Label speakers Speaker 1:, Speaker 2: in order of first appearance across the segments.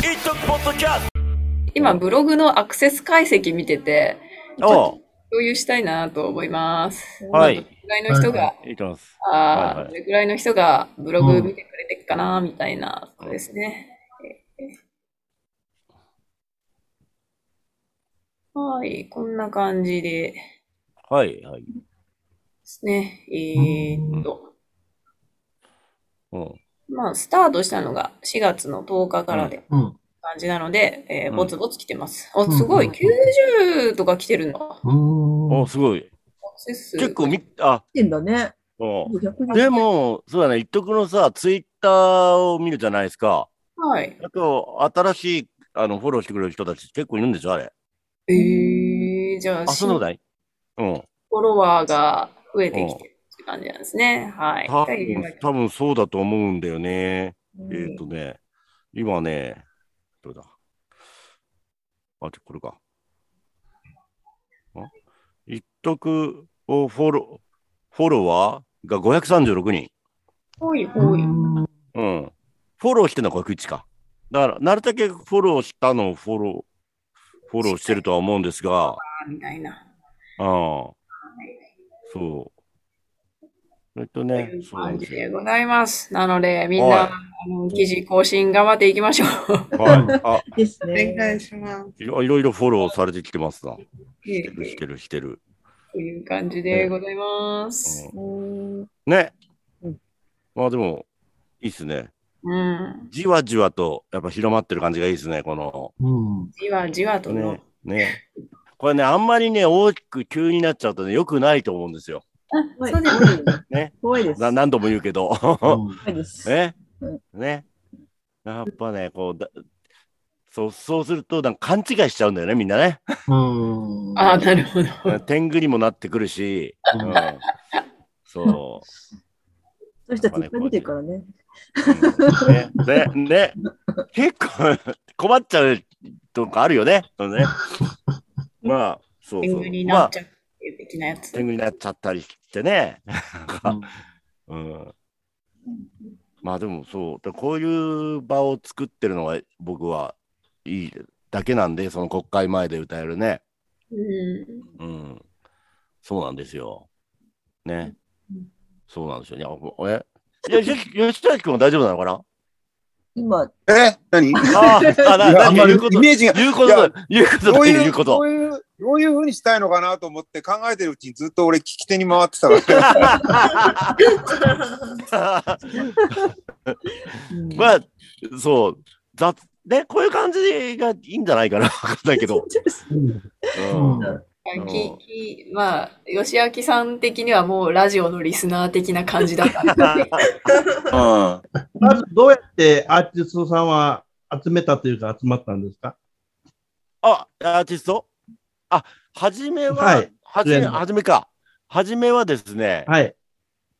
Speaker 1: TikTok ポッドキャス
Speaker 2: 今、ブログのアクセス解析見てて、
Speaker 1: トおう
Speaker 2: 共有したいなと思います。
Speaker 1: はい
Speaker 2: どれぐらいの人が、
Speaker 1: いいと思います。
Speaker 2: あ
Speaker 1: はいは
Speaker 2: ー
Speaker 1: い
Speaker 2: どれぐらいの人がブログ見てくれてるかな、みたいな、そうですね。はい、こんな感じで
Speaker 1: はい、はい。
Speaker 2: すね。えーっと、
Speaker 1: うん。
Speaker 2: まあ、スタートしたのが4月の10日からで
Speaker 3: うん。
Speaker 2: 感じなので、えー
Speaker 1: うん
Speaker 2: ぼつぼつ来てます。
Speaker 3: う
Speaker 2: あ、
Speaker 3: ん
Speaker 2: すごい、
Speaker 3: うん
Speaker 2: 90とか来てるんだ。ア
Speaker 3: うん。
Speaker 1: おすごい。
Speaker 2: クセス数
Speaker 1: 結構み、あ、
Speaker 4: てんだね。
Speaker 1: うん。
Speaker 4: 逆に
Speaker 1: でも、そうだね、一徳のさ、ツイッターを見るじゃないですか。
Speaker 2: はい。
Speaker 1: あと、新しい、あの、フォローしてくれる人たち結構いるんでしょ、あれ。
Speaker 2: えー、じゃあ、
Speaker 1: あ、そんなことないうん。
Speaker 2: フォロワーが増えてきてるって感じなんですね。はい。
Speaker 1: 多
Speaker 2: というわけ
Speaker 1: 分
Speaker 2: で、
Speaker 1: 多分そうだと思うんだよね。
Speaker 4: うん
Speaker 1: えっ、とね、今ね、どれだあ、ちょこれか。あ一徳をフォロー、フォロワーが536人。
Speaker 2: ほいほい。
Speaker 1: うん。フォローしてるのは1か。だから、なるだけフォローしたのをフォロー、フォローしてるとは思うんですが、
Speaker 2: みたいな。
Speaker 1: うん。そう。それと
Speaker 2: と
Speaker 1: ね
Speaker 2: い、う
Speaker 1: そうなん
Speaker 2: 感
Speaker 1: で
Speaker 2: じ
Speaker 1: すよ。
Speaker 2: でございます。なので、みん
Speaker 1: はい
Speaker 2: な、あの、記事更新頑張っていきましょう。
Speaker 1: はい。あ、
Speaker 4: です
Speaker 5: お願い
Speaker 4: ね。
Speaker 5: します。
Speaker 1: いろいろいろフォローされてきてますな。
Speaker 2: え
Speaker 1: してる、して
Speaker 2: ー
Speaker 1: る、してる。
Speaker 2: という感じでございます。
Speaker 4: うん
Speaker 1: ね
Speaker 4: うん。
Speaker 1: まあでも、いいっすね。
Speaker 2: うん。
Speaker 1: じわじわと、やっぱ広まってる感じがいいですね、こ
Speaker 3: うん。
Speaker 2: じわじわと
Speaker 1: の。
Speaker 2: の
Speaker 1: ね。。ね。これね、あんまりね、大きく急になっちゃうとね、良くないと思うんですよ。
Speaker 4: 怖い
Speaker 2: そうです
Speaker 1: ね。
Speaker 4: 怖いです。
Speaker 1: な何度も言うけど。
Speaker 3: う
Speaker 4: 怖いです。
Speaker 1: ね
Speaker 4: うん。
Speaker 1: ね。やっぱね、こう、だそう、そうすると、なんか勘違いしちゃうんだよね、みんな ね。
Speaker 3: ん。
Speaker 2: ああ、なるほど。
Speaker 1: 天狗にもなってくるし。
Speaker 3: う
Speaker 1: うんん、 そう。
Speaker 4: そういう人たちいっぱい見てるからね。
Speaker 1: ね、ね、ね、結構困っちゃうとかあるよね。そのねまあ、そう
Speaker 2: 天
Speaker 1: そう
Speaker 2: 狗。に
Speaker 1: ま
Speaker 2: なっ
Speaker 1: あ
Speaker 2: ち、ゃうっていう的なやつ。
Speaker 1: 天狗になっちゃったりしてね。うん。まあでもそう、だからこういう場を作ってるのは僕はいいだけなんで、その国会前で歌えるね。
Speaker 2: うん。
Speaker 1: うん。そうなんですよ。ね
Speaker 4: うん。
Speaker 1: そうなんですよね。あえいや、吉吉田君は大丈夫なのかな
Speaker 4: 今、
Speaker 6: え 何
Speaker 1: ああ、あな、
Speaker 6: いや
Speaker 1: な
Speaker 6: あ
Speaker 1: んん
Speaker 6: ま
Speaker 1: か言
Speaker 6: りイ
Speaker 1: うこと、
Speaker 6: メージが。
Speaker 1: 言うことだ、言うこと
Speaker 6: ど
Speaker 1: だ、
Speaker 6: うい
Speaker 1: 言
Speaker 6: う、
Speaker 1: うこ
Speaker 6: ど
Speaker 1: と。
Speaker 6: ういう、どういうふうにしたいのかなと思って考えてるうちにずっと俺聞き手に回ってたわけ。
Speaker 4: うん
Speaker 1: まあ、そう、雑、ね、こういう感じがいいんじゃないか な、わかんないけど。うんうん
Speaker 2: ききまあ、吉明さん的にはもうラジオのリスナー的な感じだったので。
Speaker 6: うん。
Speaker 7: まずどうやってアーティストさんは集めたというか集まったんですか
Speaker 1: あ、アーティストあ、はじめ
Speaker 7: は
Speaker 1: は、
Speaker 7: い
Speaker 1: はじめ、
Speaker 7: 例の
Speaker 1: はじめか。はじめはですね、
Speaker 7: はい。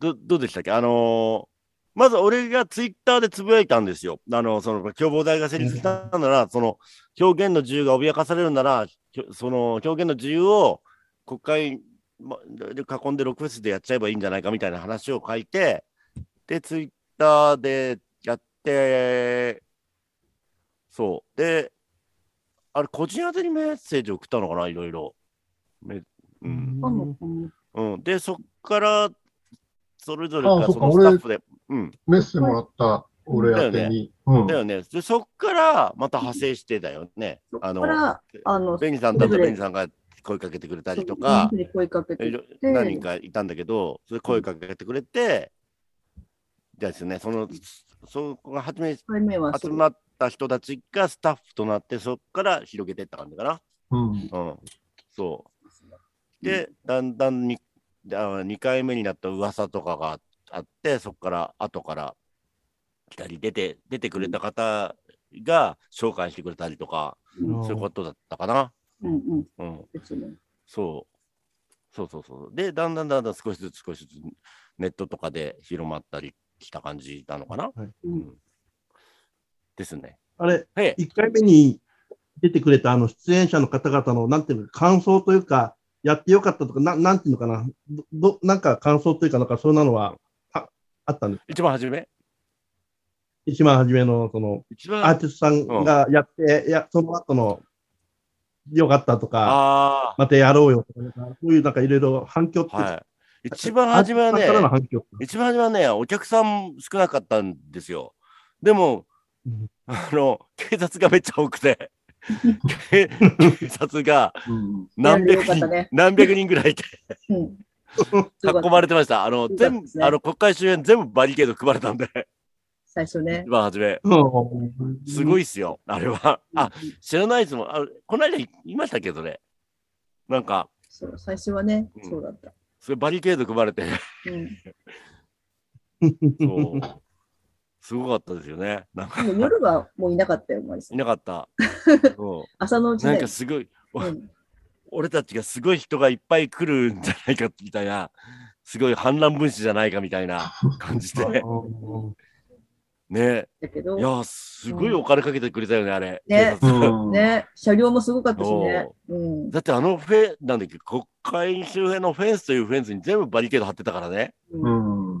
Speaker 1: ど、どうでしたっけあのーまず俺がツイッターでつぶやいたんですよ。あの、その、共謀大が成立したなら、その、表現の自由が脅かされるなら、ひょその、表現の自由を国会まで囲んでロックフェスでやっちゃえばいいんじゃないかみたいな話を書いて、で、ツイッターでやって、そう。で、あれ、個人宛てにメッセージ送ったのかないろいろ。めうん。うん、で、そっから、それぞれ
Speaker 3: あ
Speaker 1: が
Speaker 3: そっ
Speaker 1: そ
Speaker 3: か
Speaker 1: のスタッフで、うん、
Speaker 3: メッセもらった俺宛てに。うん
Speaker 1: だ。よね。で、そっから、また派生してだよね。あ
Speaker 4: そっか
Speaker 1: の、
Speaker 4: ら、あの、
Speaker 1: ベニさんだっ
Speaker 4: そ
Speaker 1: た
Speaker 4: れぞれ
Speaker 1: ベニさんが声かけてくれたりとか、
Speaker 4: そう声かけ
Speaker 1: い
Speaker 4: て
Speaker 1: ろ
Speaker 4: で
Speaker 1: 何人かいたんだけど、それ声かけてくれて、ですね、その、そこが初め
Speaker 4: 一回目は
Speaker 1: 集
Speaker 4: そう
Speaker 1: まった人たちがスタッフとなって、そっから広げてった感じかな。
Speaker 3: うん。
Speaker 1: うん、そう。で、だんだんにあ2回目になった噂とかがあって、そこから後から来たり出て、出てくれた方が紹介してくれたりとか、そういうことだったかな。
Speaker 4: うんうん、
Speaker 1: うん、
Speaker 4: 別に。
Speaker 1: そう。そうそうそう。で、だんだんだんだん少しずつ少しずつネットとかで広まったりした感じなのかな。
Speaker 7: はい
Speaker 1: うん、ですね。
Speaker 7: あれ、
Speaker 1: はい
Speaker 7: 1回目に出てくれたあの出演者の方々の、なんていうか、感想というか、やってよかったとか、ななんていうのかな、どどなんか感想というか、なんかそんなのはああったんです
Speaker 1: 一番初め
Speaker 7: 一番初めの、その、
Speaker 1: 一番、
Speaker 7: アー
Speaker 1: あ
Speaker 7: ティストさんがやって、いや、その後の、よかったとか、
Speaker 1: あ
Speaker 7: またやろうよとか、なんかそういうなんかいろいろ反響って、
Speaker 1: ー、はい。一番初めは
Speaker 7: アーティストさんからの
Speaker 1: ね、
Speaker 7: 反響って
Speaker 1: 一番初めはね、お客さん少なかったんですよ。でも
Speaker 7: うん、
Speaker 1: あの、警察がめっちゃ多く て、け警察が
Speaker 3: うん。
Speaker 1: 何百
Speaker 4: いやよか
Speaker 1: 人、
Speaker 4: ったね
Speaker 1: 何百人ぐらいいて、
Speaker 4: うん。
Speaker 1: 囲まれてました。あの、
Speaker 4: よかった
Speaker 1: 全部
Speaker 4: で、すね
Speaker 1: あの、国会周辺全部バリケード配られたんで、
Speaker 4: 最初ね
Speaker 1: 一。番初め。
Speaker 7: うん
Speaker 1: すごいっすよ、あれは。あ、知らないですもん。あこの間言いましたけどね。なんか、
Speaker 4: そう、最初はね
Speaker 1: う、ん
Speaker 4: そうだった。
Speaker 1: それバリケード組まれ て、
Speaker 4: う
Speaker 1: そ
Speaker 4: ん。
Speaker 1: う。すごかったですよね。なんか、
Speaker 4: でも夜はもういなかったよ、マリさ
Speaker 1: い
Speaker 4: ん。
Speaker 1: なか った。そ
Speaker 4: 朝のう
Speaker 1: う
Speaker 4: ち
Speaker 1: なん
Speaker 4: だ
Speaker 1: か
Speaker 4: よ。
Speaker 1: すごい、お
Speaker 4: うん。
Speaker 1: 俺たちがすごい人がいっぱい来るんじゃないかみたいな、すごい反乱分子じゃないかみたい な感じで、ね。
Speaker 4: だけ
Speaker 1: い
Speaker 4: ど、
Speaker 1: や、すごいお金かけてくれたよね、あれ。
Speaker 4: ね
Speaker 1: 警察
Speaker 3: うん。
Speaker 4: ね、車両もすごかったしね。うん。
Speaker 1: だってあのフェン、なんだっけ、国会周辺のフェンスというフェンスに全部バリケード張ってたからね。
Speaker 3: うん。
Speaker 7: う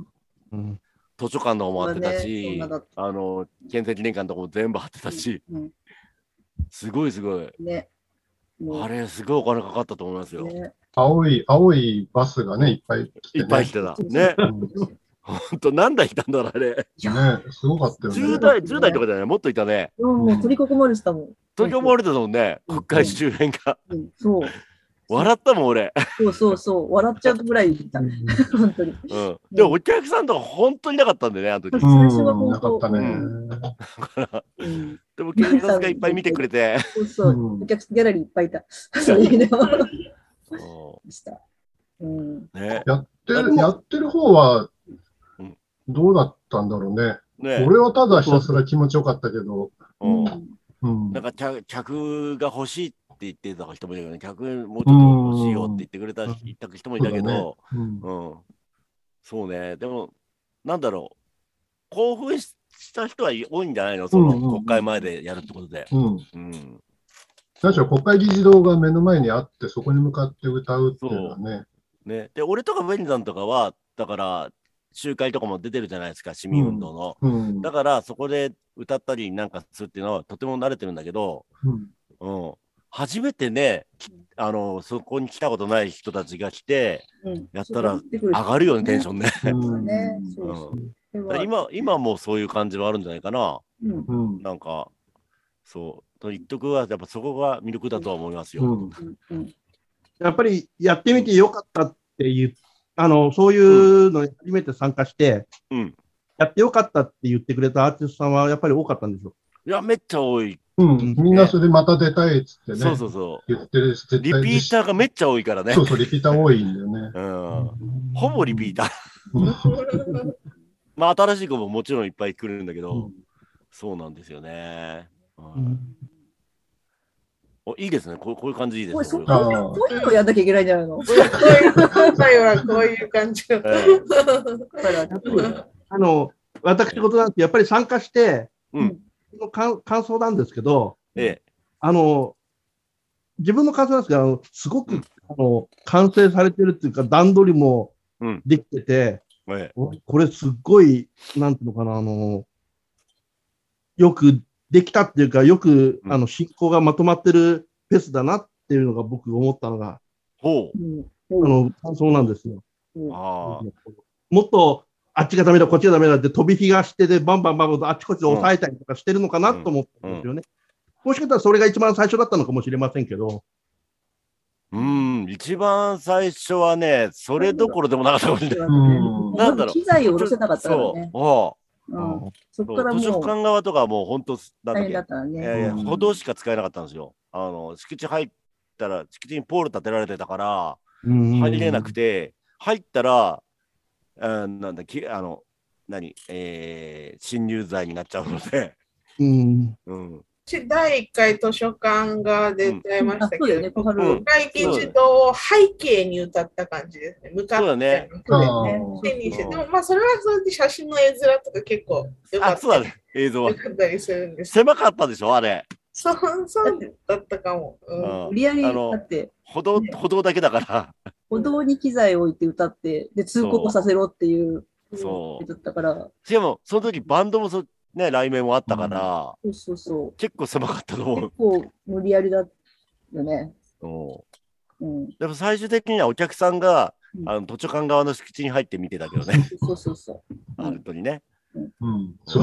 Speaker 7: ん
Speaker 1: 図書館の方も張ってた
Speaker 4: そうだねそん
Speaker 1: し、
Speaker 4: なだっ
Speaker 1: あの、建設記念館のとこも全部張ってたし、
Speaker 4: うん。
Speaker 1: すごいすごい。
Speaker 4: ね。もう
Speaker 1: あれ、すごいお金かかったと思いますよ。
Speaker 4: ね。
Speaker 3: 青い、青いバスがね、いっぱい来て、
Speaker 1: い
Speaker 3: ね。
Speaker 1: っぱい来てた。ね。
Speaker 3: うん
Speaker 1: ほんと、何台いたんだろう、あれ。
Speaker 3: ね、すごかったよね。
Speaker 1: 10台、10台とかじゃないもっといたね。
Speaker 4: うんもう取り囲まれてたもん。
Speaker 1: 東京モールだもんね、
Speaker 4: う
Speaker 1: 国
Speaker 4: ん
Speaker 1: 会周辺が。
Speaker 4: うんそう。
Speaker 1: 笑ったもん、俺。
Speaker 4: そうそうそう。笑っちゃうぐらいいた。 本当に。
Speaker 1: うん。でも、お客さんとか本当になかったんでね、あの時。
Speaker 3: う
Speaker 1: だ
Speaker 3: ん
Speaker 4: 最初は本
Speaker 3: なか
Speaker 4: 当
Speaker 3: ったね。
Speaker 1: から
Speaker 4: うん。
Speaker 1: でも、警察がいっぱい見てくれて。
Speaker 4: そうそう。お客さんギャラリーいっぱいいた。そういうのも
Speaker 1: う
Speaker 4: でした。うん。
Speaker 1: ん ね。
Speaker 3: やって
Speaker 1: で
Speaker 3: る、
Speaker 1: も
Speaker 3: やってる方は
Speaker 1: うん、
Speaker 3: どうだったんだろうね。
Speaker 1: ね。
Speaker 3: 俺はただひたすら気持ちよかったけど、
Speaker 1: うん。
Speaker 3: うん
Speaker 1: なん。か客、客が欲しいって言ってた人もいたけどね、客もうちょっと欲しいよって言ってくれた
Speaker 3: うん
Speaker 1: 言った人もいたけ
Speaker 3: そうだね
Speaker 1: ど、
Speaker 3: うん
Speaker 1: うん。そうね。でも、なんだろう。興奮しした人は多いんじゃないのその
Speaker 3: うんうんうん
Speaker 1: 国会前でやるってことで。
Speaker 3: うん。
Speaker 1: うん。
Speaker 3: 何しろ国会議事堂が目の前にあって、そこに向かって歌うっていうのはね。
Speaker 1: ね。で、俺とかベニさんとかは、だから、集会とかも出てるじゃないですか、市民運動の。
Speaker 3: うん。
Speaker 1: だから、そこで歌ったりなんかするっていうのはとても慣れてるんだけど、
Speaker 3: うん
Speaker 1: うん。初めてね、きあの、そこに来たことない人たちが来て、
Speaker 4: うん
Speaker 1: やったら
Speaker 4: そう出てくる
Speaker 1: 上がるよね、テンションね。
Speaker 3: う
Speaker 4: ね
Speaker 3: ん。
Speaker 4: そうそう
Speaker 1: う
Speaker 4: それ
Speaker 1: だから
Speaker 4: は。
Speaker 1: 今、今もうそういう感じはあるんじゃないかな。
Speaker 4: うん
Speaker 3: うん。
Speaker 1: なんか、そう、と言っとくは、やっぱそこが魅力だとは思いますよ。
Speaker 3: うん。
Speaker 4: うん うん
Speaker 7: やっぱりやってみてよかったっていう、あの、そういうのに初めて参加して、
Speaker 1: うん
Speaker 7: やってよかったって言ってくれたアーティストさんはやっぱり多かったんでしょ
Speaker 1: いや、めっちゃ多い。
Speaker 3: うん。みんなそれでまた出たいっつってね。
Speaker 1: そうそうそ
Speaker 3: 言ってるし、
Speaker 1: う。
Speaker 3: 絶
Speaker 1: リピ
Speaker 3: 対
Speaker 1: ーターがめっちゃ多いからね
Speaker 3: そ。うそう、リピーター多いんだよね。
Speaker 1: うん。ほぼリピーター。まあ、新しい子ももちろんいっぱい来るんだけど、
Speaker 3: うん
Speaker 1: そうなんですよね。うん
Speaker 7: うん
Speaker 1: おいいですね。こうこういう感じいいで
Speaker 4: これ
Speaker 1: す
Speaker 4: そ
Speaker 1: ね。
Speaker 4: こ
Speaker 1: こういう
Speaker 3: あ
Speaker 4: こういうのやんなきゃいけないんじゃないの。
Speaker 2: 今回はこういう感じ。
Speaker 1: ええ
Speaker 4: だから
Speaker 7: やっぱりあの、私事なんですけどやっぱり参加して、
Speaker 1: うん
Speaker 7: その感感想なんですけど、
Speaker 1: ええ
Speaker 7: あの、自分の感想なんですけど、あのすごく、あの、完成されてるっていうか、段取りも
Speaker 1: うん
Speaker 7: できてて、
Speaker 1: ええ
Speaker 7: おこれすっごい、なんていうのかな、あの、よくできたっていうか、よく、
Speaker 1: うん
Speaker 7: あの、進行がまとまってるフェスだなっていうのが僕思ったのが、
Speaker 1: ほう。
Speaker 4: うん
Speaker 7: あの、感想なんですよ。
Speaker 1: あ
Speaker 7: もっと、あっちがダメだ、こっちがダメだって飛び火がしてで、バンバンバンバンとあっちこっちで抑えたりとかしてるのかなと思ったんですよね。もしかしたらそれが一番最初だったのかもしれませんけど、
Speaker 1: あ。うん。一番最初はね、それどころでもなかったかもしれない。
Speaker 3: うん
Speaker 1: なんだろう
Speaker 4: 機材を下ろせなかったから
Speaker 1: そう
Speaker 4: ね。。
Speaker 1: おう
Speaker 4: うんそこ
Speaker 1: そ
Speaker 4: から
Speaker 1: う図書
Speaker 4: もう
Speaker 1: 館側とかもう本当、なんだ
Speaker 4: 大
Speaker 1: っ
Speaker 4: 変
Speaker 1: け
Speaker 4: だっ。たらね。
Speaker 1: え
Speaker 3: う
Speaker 1: ー、
Speaker 3: ん
Speaker 1: 歩道しか使えなかったんですよ。あの敷地入ったら敷地にポール立てられてたから入
Speaker 7: 入
Speaker 1: れなくて、入ったら、あなんだきあの何、えー、侵入罪になっちゃうので、
Speaker 7: うん、
Speaker 1: うん、
Speaker 5: 私第1回図書館が出ちゃいまし
Speaker 4: あ
Speaker 5: た
Speaker 4: そ
Speaker 5: け
Speaker 4: うだよ
Speaker 5: ど、
Speaker 4: ね、
Speaker 5: ね、
Speaker 4: 小春。
Speaker 1: うん
Speaker 5: 会議自動を背景に歌った感じですね。向かって。
Speaker 1: そうだね
Speaker 4: そうだ
Speaker 5: ね。
Speaker 4: よね
Speaker 3: あー
Speaker 5: 手にして。
Speaker 1: うん
Speaker 5: でもまあそれはそれで写真の絵面とか結構良か
Speaker 1: あ
Speaker 5: っ
Speaker 1: そうだ
Speaker 5: た
Speaker 1: ね映像は
Speaker 5: 良かったりするんです。
Speaker 1: 狭かったでしょあれ、
Speaker 5: そう、そうだったかも。う
Speaker 1: うんん
Speaker 4: 売、り上げ
Speaker 1: あ
Speaker 4: だ
Speaker 1: の
Speaker 4: って、
Speaker 1: 歩道
Speaker 4: ね
Speaker 1: 歩道だけだから
Speaker 4: 歩道に機材を置いて歌って、で、通告をさせろっていう
Speaker 1: そう
Speaker 4: だったから、
Speaker 1: しかもその時バンドもそね、雷鳴もあったから、
Speaker 4: そうそうそう。
Speaker 1: 結構狭かったと
Speaker 4: 結
Speaker 1: 思
Speaker 4: 構無理やりだよね。
Speaker 1: う。うん
Speaker 4: うん。
Speaker 1: でも最終的にはお客さんが、
Speaker 4: うん
Speaker 1: あの図書館側の敷地に入って見てたけどね、
Speaker 4: そうそうそう。うん
Speaker 1: 本当にね。
Speaker 3: うん、そう、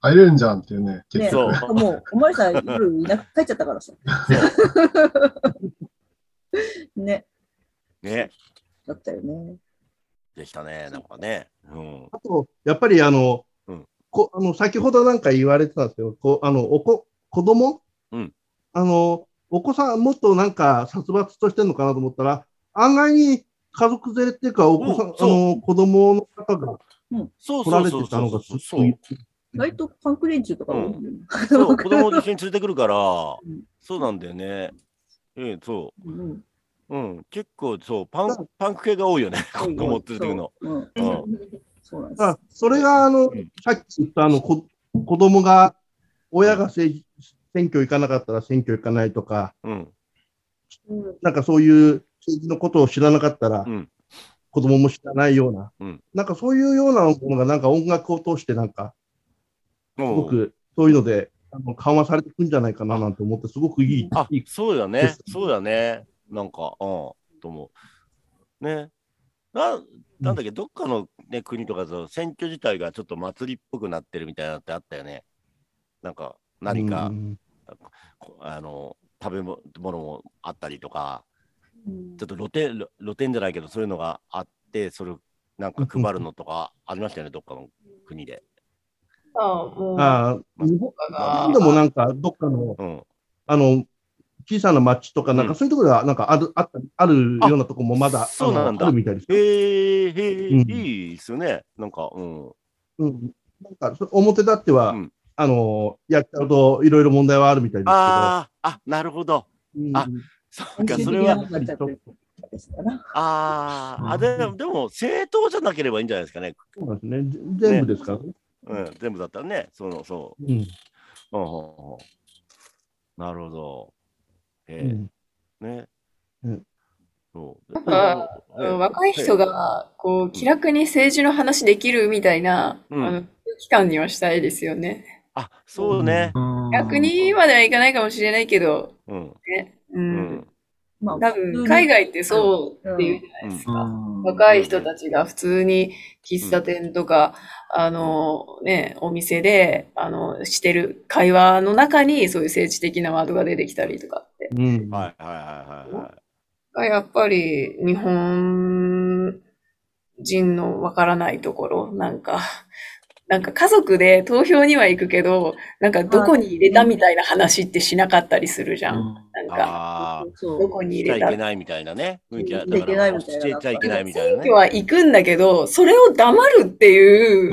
Speaker 3: 入れんじゃんっていうね、結
Speaker 4: ね、
Speaker 1: そう
Speaker 4: なんかもう、お前さん、夜いなく帰っちゃったからさ。ね、
Speaker 1: ね、
Speaker 4: だったよね。
Speaker 1: でしたね、なんかね。うん。
Speaker 7: あと、やっぱりあの、
Speaker 1: うん
Speaker 7: こあの先ほどなんか言われてたんですけど、こうあのおこ子供、
Speaker 1: うん
Speaker 7: あのお子さん、もっとなんか殺伐としてるのかなと思ったら、案外に家族連れっていうか、お子さ
Speaker 1: う
Speaker 7: ん、
Speaker 1: ん
Speaker 7: あの子供の方が
Speaker 1: そう
Speaker 7: 来
Speaker 1: そ
Speaker 7: ら
Speaker 1: う
Speaker 7: れ
Speaker 1: そう
Speaker 7: て
Speaker 1: そ
Speaker 7: たの
Speaker 1: う
Speaker 7: がず
Speaker 1: そ
Speaker 7: っ
Speaker 1: う
Speaker 7: とい
Speaker 4: 割とパンク連中とか多いよね、
Speaker 1: そう子供と一緒に連れてくるから、
Speaker 4: ん
Speaker 1: そうなんだよね。うん、そ
Speaker 4: うんうん、
Speaker 1: う。うん、結構そう、パンパンク系が多いよね、
Speaker 4: 多
Speaker 1: 子
Speaker 4: い
Speaker 1: 供連れてくるの。
Speaker 4: そう。うん、
Speaker 1: うん
Speaker 4: そうなんです。
Speaker 7: あそれがあの、
Speaker 1: うん
Speaker 7: さっき言ったあのこ子供が、親が政治選挙行かなかったら選挙行かないとか、
Speaker 1: うん、
Speaker 7: なんかそういう政治のことを知らなかったら、
Speaker 1: うん
Speaker 7: 子供も知らないような、
Speaker 1: うん
Speaker 7: なんかそういうようなものが、なんか音楽を通して、なんか、
Speaker 1: す
Speaker 7: すごくそういうので、あの緩和されていくんじゃないかななんて思って、すごくいい。
Speaker 1: あ
Speaker 7: いい
Speaker 1: そうだ
Speaker 7: で
Speaker 1: ね
Speaker 7: す、
Speaker 1: そうだね、なんか、うん、と思う。ね、ななんだっけ、どっかの、ね、国とかその選挙自体がちょっと祭りっぽくなってるみたいなのってあったよね。なんか、何か、
Speaker 7: うん
Speaker 1: こあの食べ物もあったりとか、
Speaker 4: うん
Speaker 1: ちょっと露店露露店じゃないけど、そういうのがあって、それをなんか配るのとかありましたよね、どっかの国で。
Speaker 2: ああ、もう、
Speaker 7: ああ日本
Speaker 1: あ
Speaker 7: 今度もなんか、どっかの
Speaker 1: うん、
Speaker 7: あの小さな町とか、なん
Speaker 1: うん
Speaker 7: かそういうところはなんかあるあったあるようなとこもまだ
Speaker 1: あそうなんだ
Speaker 7: あのあるみたいです
Speaker 1: へ
Speaker 7: よ。
Speaker 1: え、へえ、
Speaker 7: うん
Speaker 1: いいですよね、なんか、うん。
Speaker 7: うん、なんかそ表立っては、
Speaker 1: うん
Speaker 7: あのやっちゃうといろいろ問題はあるみたいですけど。
Speaker 1: ああ、あなるほど。
Speaker 7: うん
Speaker 1: あそうか、
Speaker 4: 民
Speaker 1: そ
Speaker 4: 主
Speaker 1: れ
Speaker 4: 的
Speaker 1: は
Speaker 4: な。ものになっちゃってるですかな。
Speaker 1: あーあ、でも、でも政党じゃなければいいんじゃないですかね。
Speaker 7: そうなんですね。ぜ全部ですからね。
Speaker 1: うん、全部だったらね、その、そ
Speaker 7: うん
Speaker 1: う。うんうんうんなるほど。
Speaker 7: う
Speaker 1: え
Speaker 7: ん
Speaker 1: えね。
Speaker 7: うん
Speaker 1: そう。
Speaker 2: なんか
Speaker 1: ええ
Speaker 2: 若い人、がこう気楽に政治の話できるみたいな、
Speaker 1: うん
Speaker 2: あの空気感にはしたいですよね。
Speaker 1: あ、そうね。
Speaker 3: 構
Speaker 2: 逆にまではいかないかもしれないけど、
Speaker 1: うん。
Speaker 2: ね、う。
Speaker 1: うんん。
Speaker 4: ま
Speaker 2: 多分海外ってそうっていうじゃないですか。若い人たちが普通に喫茶店とか、あのね、お店で、あの、してる会話の中にそういう政治的なワードが出てきたりとかって。
Speaker 7: うん
Speaker 1: はいはいはいはいは
Speaker 2: がやっぱり日本人のわからないところ、なんか、なんか家族で投票には行くけど、なんかどこに入れたみたいな話ってしなかったりするじゃん。なん
Speaker 1: い。
Speaker 2: か、
Speaker 1: ああ。
Speaker 4: そう
Speaker 2: どこに
Speaker 1: し
Speaker 2: 入
Speaker 1: ちゃ
Speaker 2: れ
Speaker 1: い
Speaker 2: た
Speaker 1: けないみたいなね。雰囲気だ
Speaker 4: しちゃいけないみたいな
Speaker 1: しちゃいけないみたい
Speaker 2: 選
Speaker 1: なね
Speaker 2: 挙。は行くんだけど、それを黙るっていう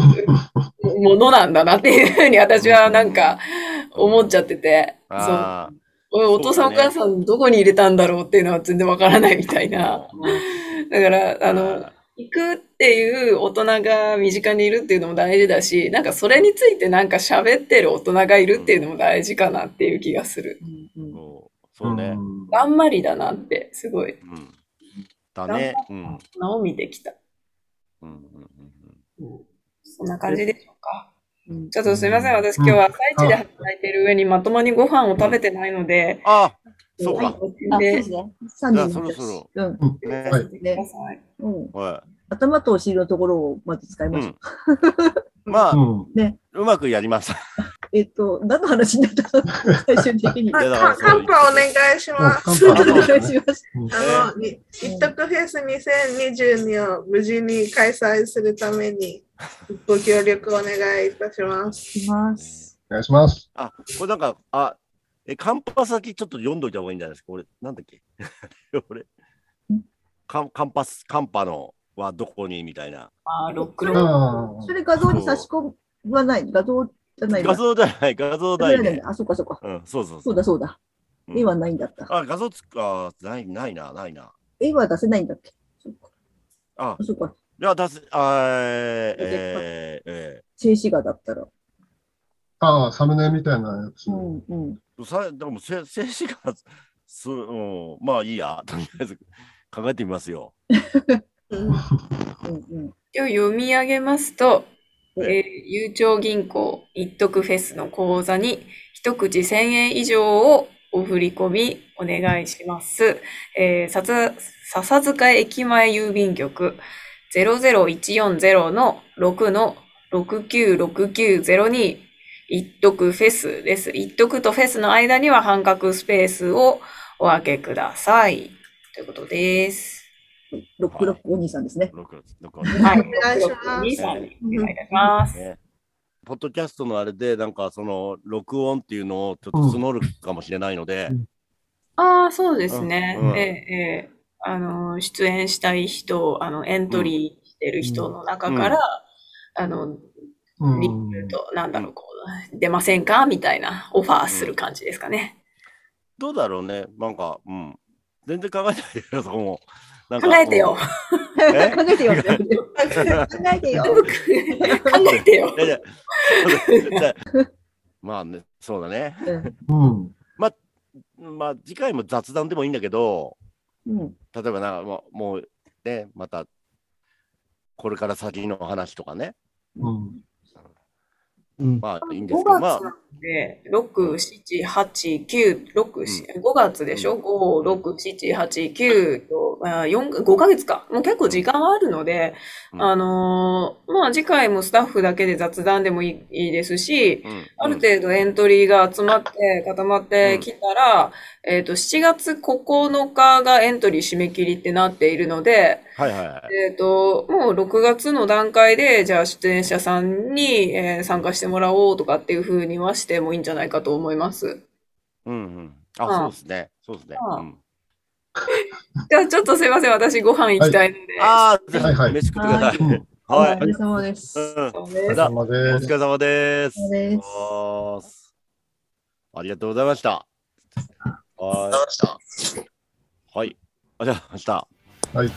Speaker 2: ものなんだなっていうふうに私はなんか思っちゃってて、そう。
Speaker 1: あ
Speaker 2: おお父さん
Speaker 1: そう
Speaker 2: お
Speaker 1: だね
Speaker 2: 母さんどこに入れたんだろうっていうのは全然わからないみたいな
Speaker 1: あ。。
Speaker 2: だから、あの、
Speaker 1: あ
Speaker 2: 行くっていう大人が身近にいるっていうのも大事だし、なんかそれについてなんか喋ってる大人がいるっていうのも大事かなっていう気がする。
Speaker 4: うんう
Speaker 1: ー
Speaker 4: ん
Speaker 1: そうそうね。。
Speaker 2: あんまりだなって、すごい、
Speaker 1: うん。だね。うん。
Speaker 2: 名を見てきた。
Speaker 1: うんうんうんうん
Speaker 2: そんな感じでしょうか。
Speaker 4: うん
Speaker 2: ちょっとすみません、私今日は朝一で働いてる上にまともにご飯を食べてないので、
Speaker 1: あそう
Speaker 4: は
Speaker 1: か
Speaker 2: は
Speaker 4: い。あ、そう
Speaker 2: い
Speaker 4: で
Speaker 2: です
Speaker 4: ね。3人
Speaker 1: じゃあ
Speaker 4: になっちゃ
Speaker 1: そろ
Speaker 4: うし。
Speaker 1: ね
Speaker 3: は
Speaker 4: う
Speaker 3: い
Speaker 4: ん。そう
Speaker 2: くだ
Speaker 4: ね。
Speaker 2: さい。
Speaker 4: うん。
Speaker 1: は
Speaker 4: 頭とお尻のところをまず使い
Speaker 1: い。
Speaker 4: ま
Speaker 1: う
Speaker 4: しょ
Speaker 1: ん。ま
Speaker 3: う
Speaker 1: あ、
Speaker 3: ん。
Speaker 1: うまくやります。
Speaker 4: う。えっと、何の話になったの最終的 に。
Speaker 5: あ
Speaker 1: いやだから
Speaker 5: か
Speaker 1: そう
Speaker 5: カンパお願いします。
Speaker 4: お願いします。
Speaker 5: あの、に一徳フェス2022を無事に開催するために、ご協力お願いいたします。
Speaker 4: いきます。
Speaker 3: お願いします。
Speaker 1: あ、これなんか、あ、え、カンパ先ちょっと読んどいた方がいいんじゃないですか。俺、なんだっけ 俺、カンカンパス、カンパのはどこにみたいな。
Speaker 2: まあ、ロック
Speaker 4: そ
Speaker 2: ロ
Speaker 4: れ
Speaker 2: ール
Speaker 3: ああ
Speaker 4: それ画像に差し込まない。画像じゃないな
Speaker 1: 画像じゃない、画像だよね。
Speaker 4: あ、そうかそうか。
Speaker 1: うん、そうそうそ。
Speaker 4: そううだそうだ。
Speaker 1: うん
Speaker 4: 絵はないんだった。
Speaker 1: あ、画像つく、あ、ない、ないな、ないな。
Speaker 4: 絵は出せないんだっけそうか
Speaker 1: あ
Speaker 4: あ、、そうか。
Speaker 1: じゃあ出す、あーえー、え
Speaker 4: 静止画だったら。
Speaker 3: ああ、サムネみたいなやつ
Speaker 4: う。んうん。
Speaker 1: ー、さ、でも、せ、静止画、す、うん、まあいいや、 とりあえず考えてみますよ。
Speaker 5: うん
Speaker 4: うんうん。
Speaker 2: 今日読み上げますと、えー、ゆうちょう銀行一徳フェスの口座に一口1000円以上をお振り込みお願いします。えー、さつ、笹塚駅前郵便局00140の6の696902一徳フェスです。一徳とフェスの間には半角スペースをお開けください。ということです。
Speaker 4: ロックロックお兄さんですね。
Speaker 1: 録録
Speaker 2: はい。
Speaker 5: お願いします
Speaker 2: お兄さんにお願いいたします。
Speaker 1: ねポッドキャストのあれで、なんかその録音っていうのをちょっと募るかもしれないので、
Speaker 2: ああ、そうですね。
Speaker 1: うんうん
Speaker 2: ええ、ええ。あの、出演したい人、あの、エントリーしてる人の中から、あの、
Speaker 3: うん
Speaker 2: リンクと、なんだろう、こう、出ませんかみたいなオファーする感じですかね。
Speaker 1: どうだろうね、なんか、うん、全然考えないよ、そこも。なんか
Speaker 2: 考えてよ。。
Speaker 4: 考 えてよ。考えてよ。
Speaker 2: 考えてよ。
Speaker 1: いやいやそうだじゃあ まあね、そうだね。
Speaker 3: うん。
Speaker 1: まあ、次回も雑談でもいいんだけど、
Speaker 4: うん。
Speaker 1: 例えばな、まあもうね、また、これから先の話とかね、
Speaker 3: うん。
Speaker 7: うん
Speaker 1: まあいいんです
Speaker 2: 5
Speaker 1: けど、まあ
Speaker 2: 月、なんで、6、7、8、9、6、5月でしょ ?5、6、7、8、9と、あー4、5ヶ月か。もう結構時間はあるので、
Speaker 1: うん
Speaker 2: あのーまあ次回もスタッフだけで雑談でもいいいいですし、
Speaker 1: うん
Speaker 2: ある程度エントリーが集まって固まってきたら、えっと、7月9日がエントリー締め切りってなっているので、
Speaker 1: はいはいはい。
Speaker 2: えっと、もう6月の段階で、じゃあ出演者さんに、えー参加してもらおうとかっていうふうにはしてもいいんじゃないかと思います。
Speaker 1: うんうん。
Speaker 2: うん
Speaker 1: あ、そうですね。そうですね。
Speaker 2: うん
Speaker 1: うん
Speaker 2: じゃあちょっとすいません、私ご飯行きたいので。
Speaker 1: ああ、ぜ
Speaker 3: はいはい
Speaker 1: ひ、飯食ってください。
Speaker 3: うん
Speaker 4: お
Speaker 1: はい。
Speaker 4: 疲れ様です。
Speaker 1: うん
Speaker 2: そう
Speaker 3: お疲
Speaker 2: で
Speaker 3: れ
Speaker 2: す。
Speaker 3: 様
Speaker 1: お
Speaker 3: です
Speaker 1: 疲。れ様です。
Speaker 4: お疲れ様です
Speaker 1: おーすありがとうございました。はい。はい。ありがとうございました。はい。ありがとうございました。
Speaker 3: はい
Speaker 1: ね。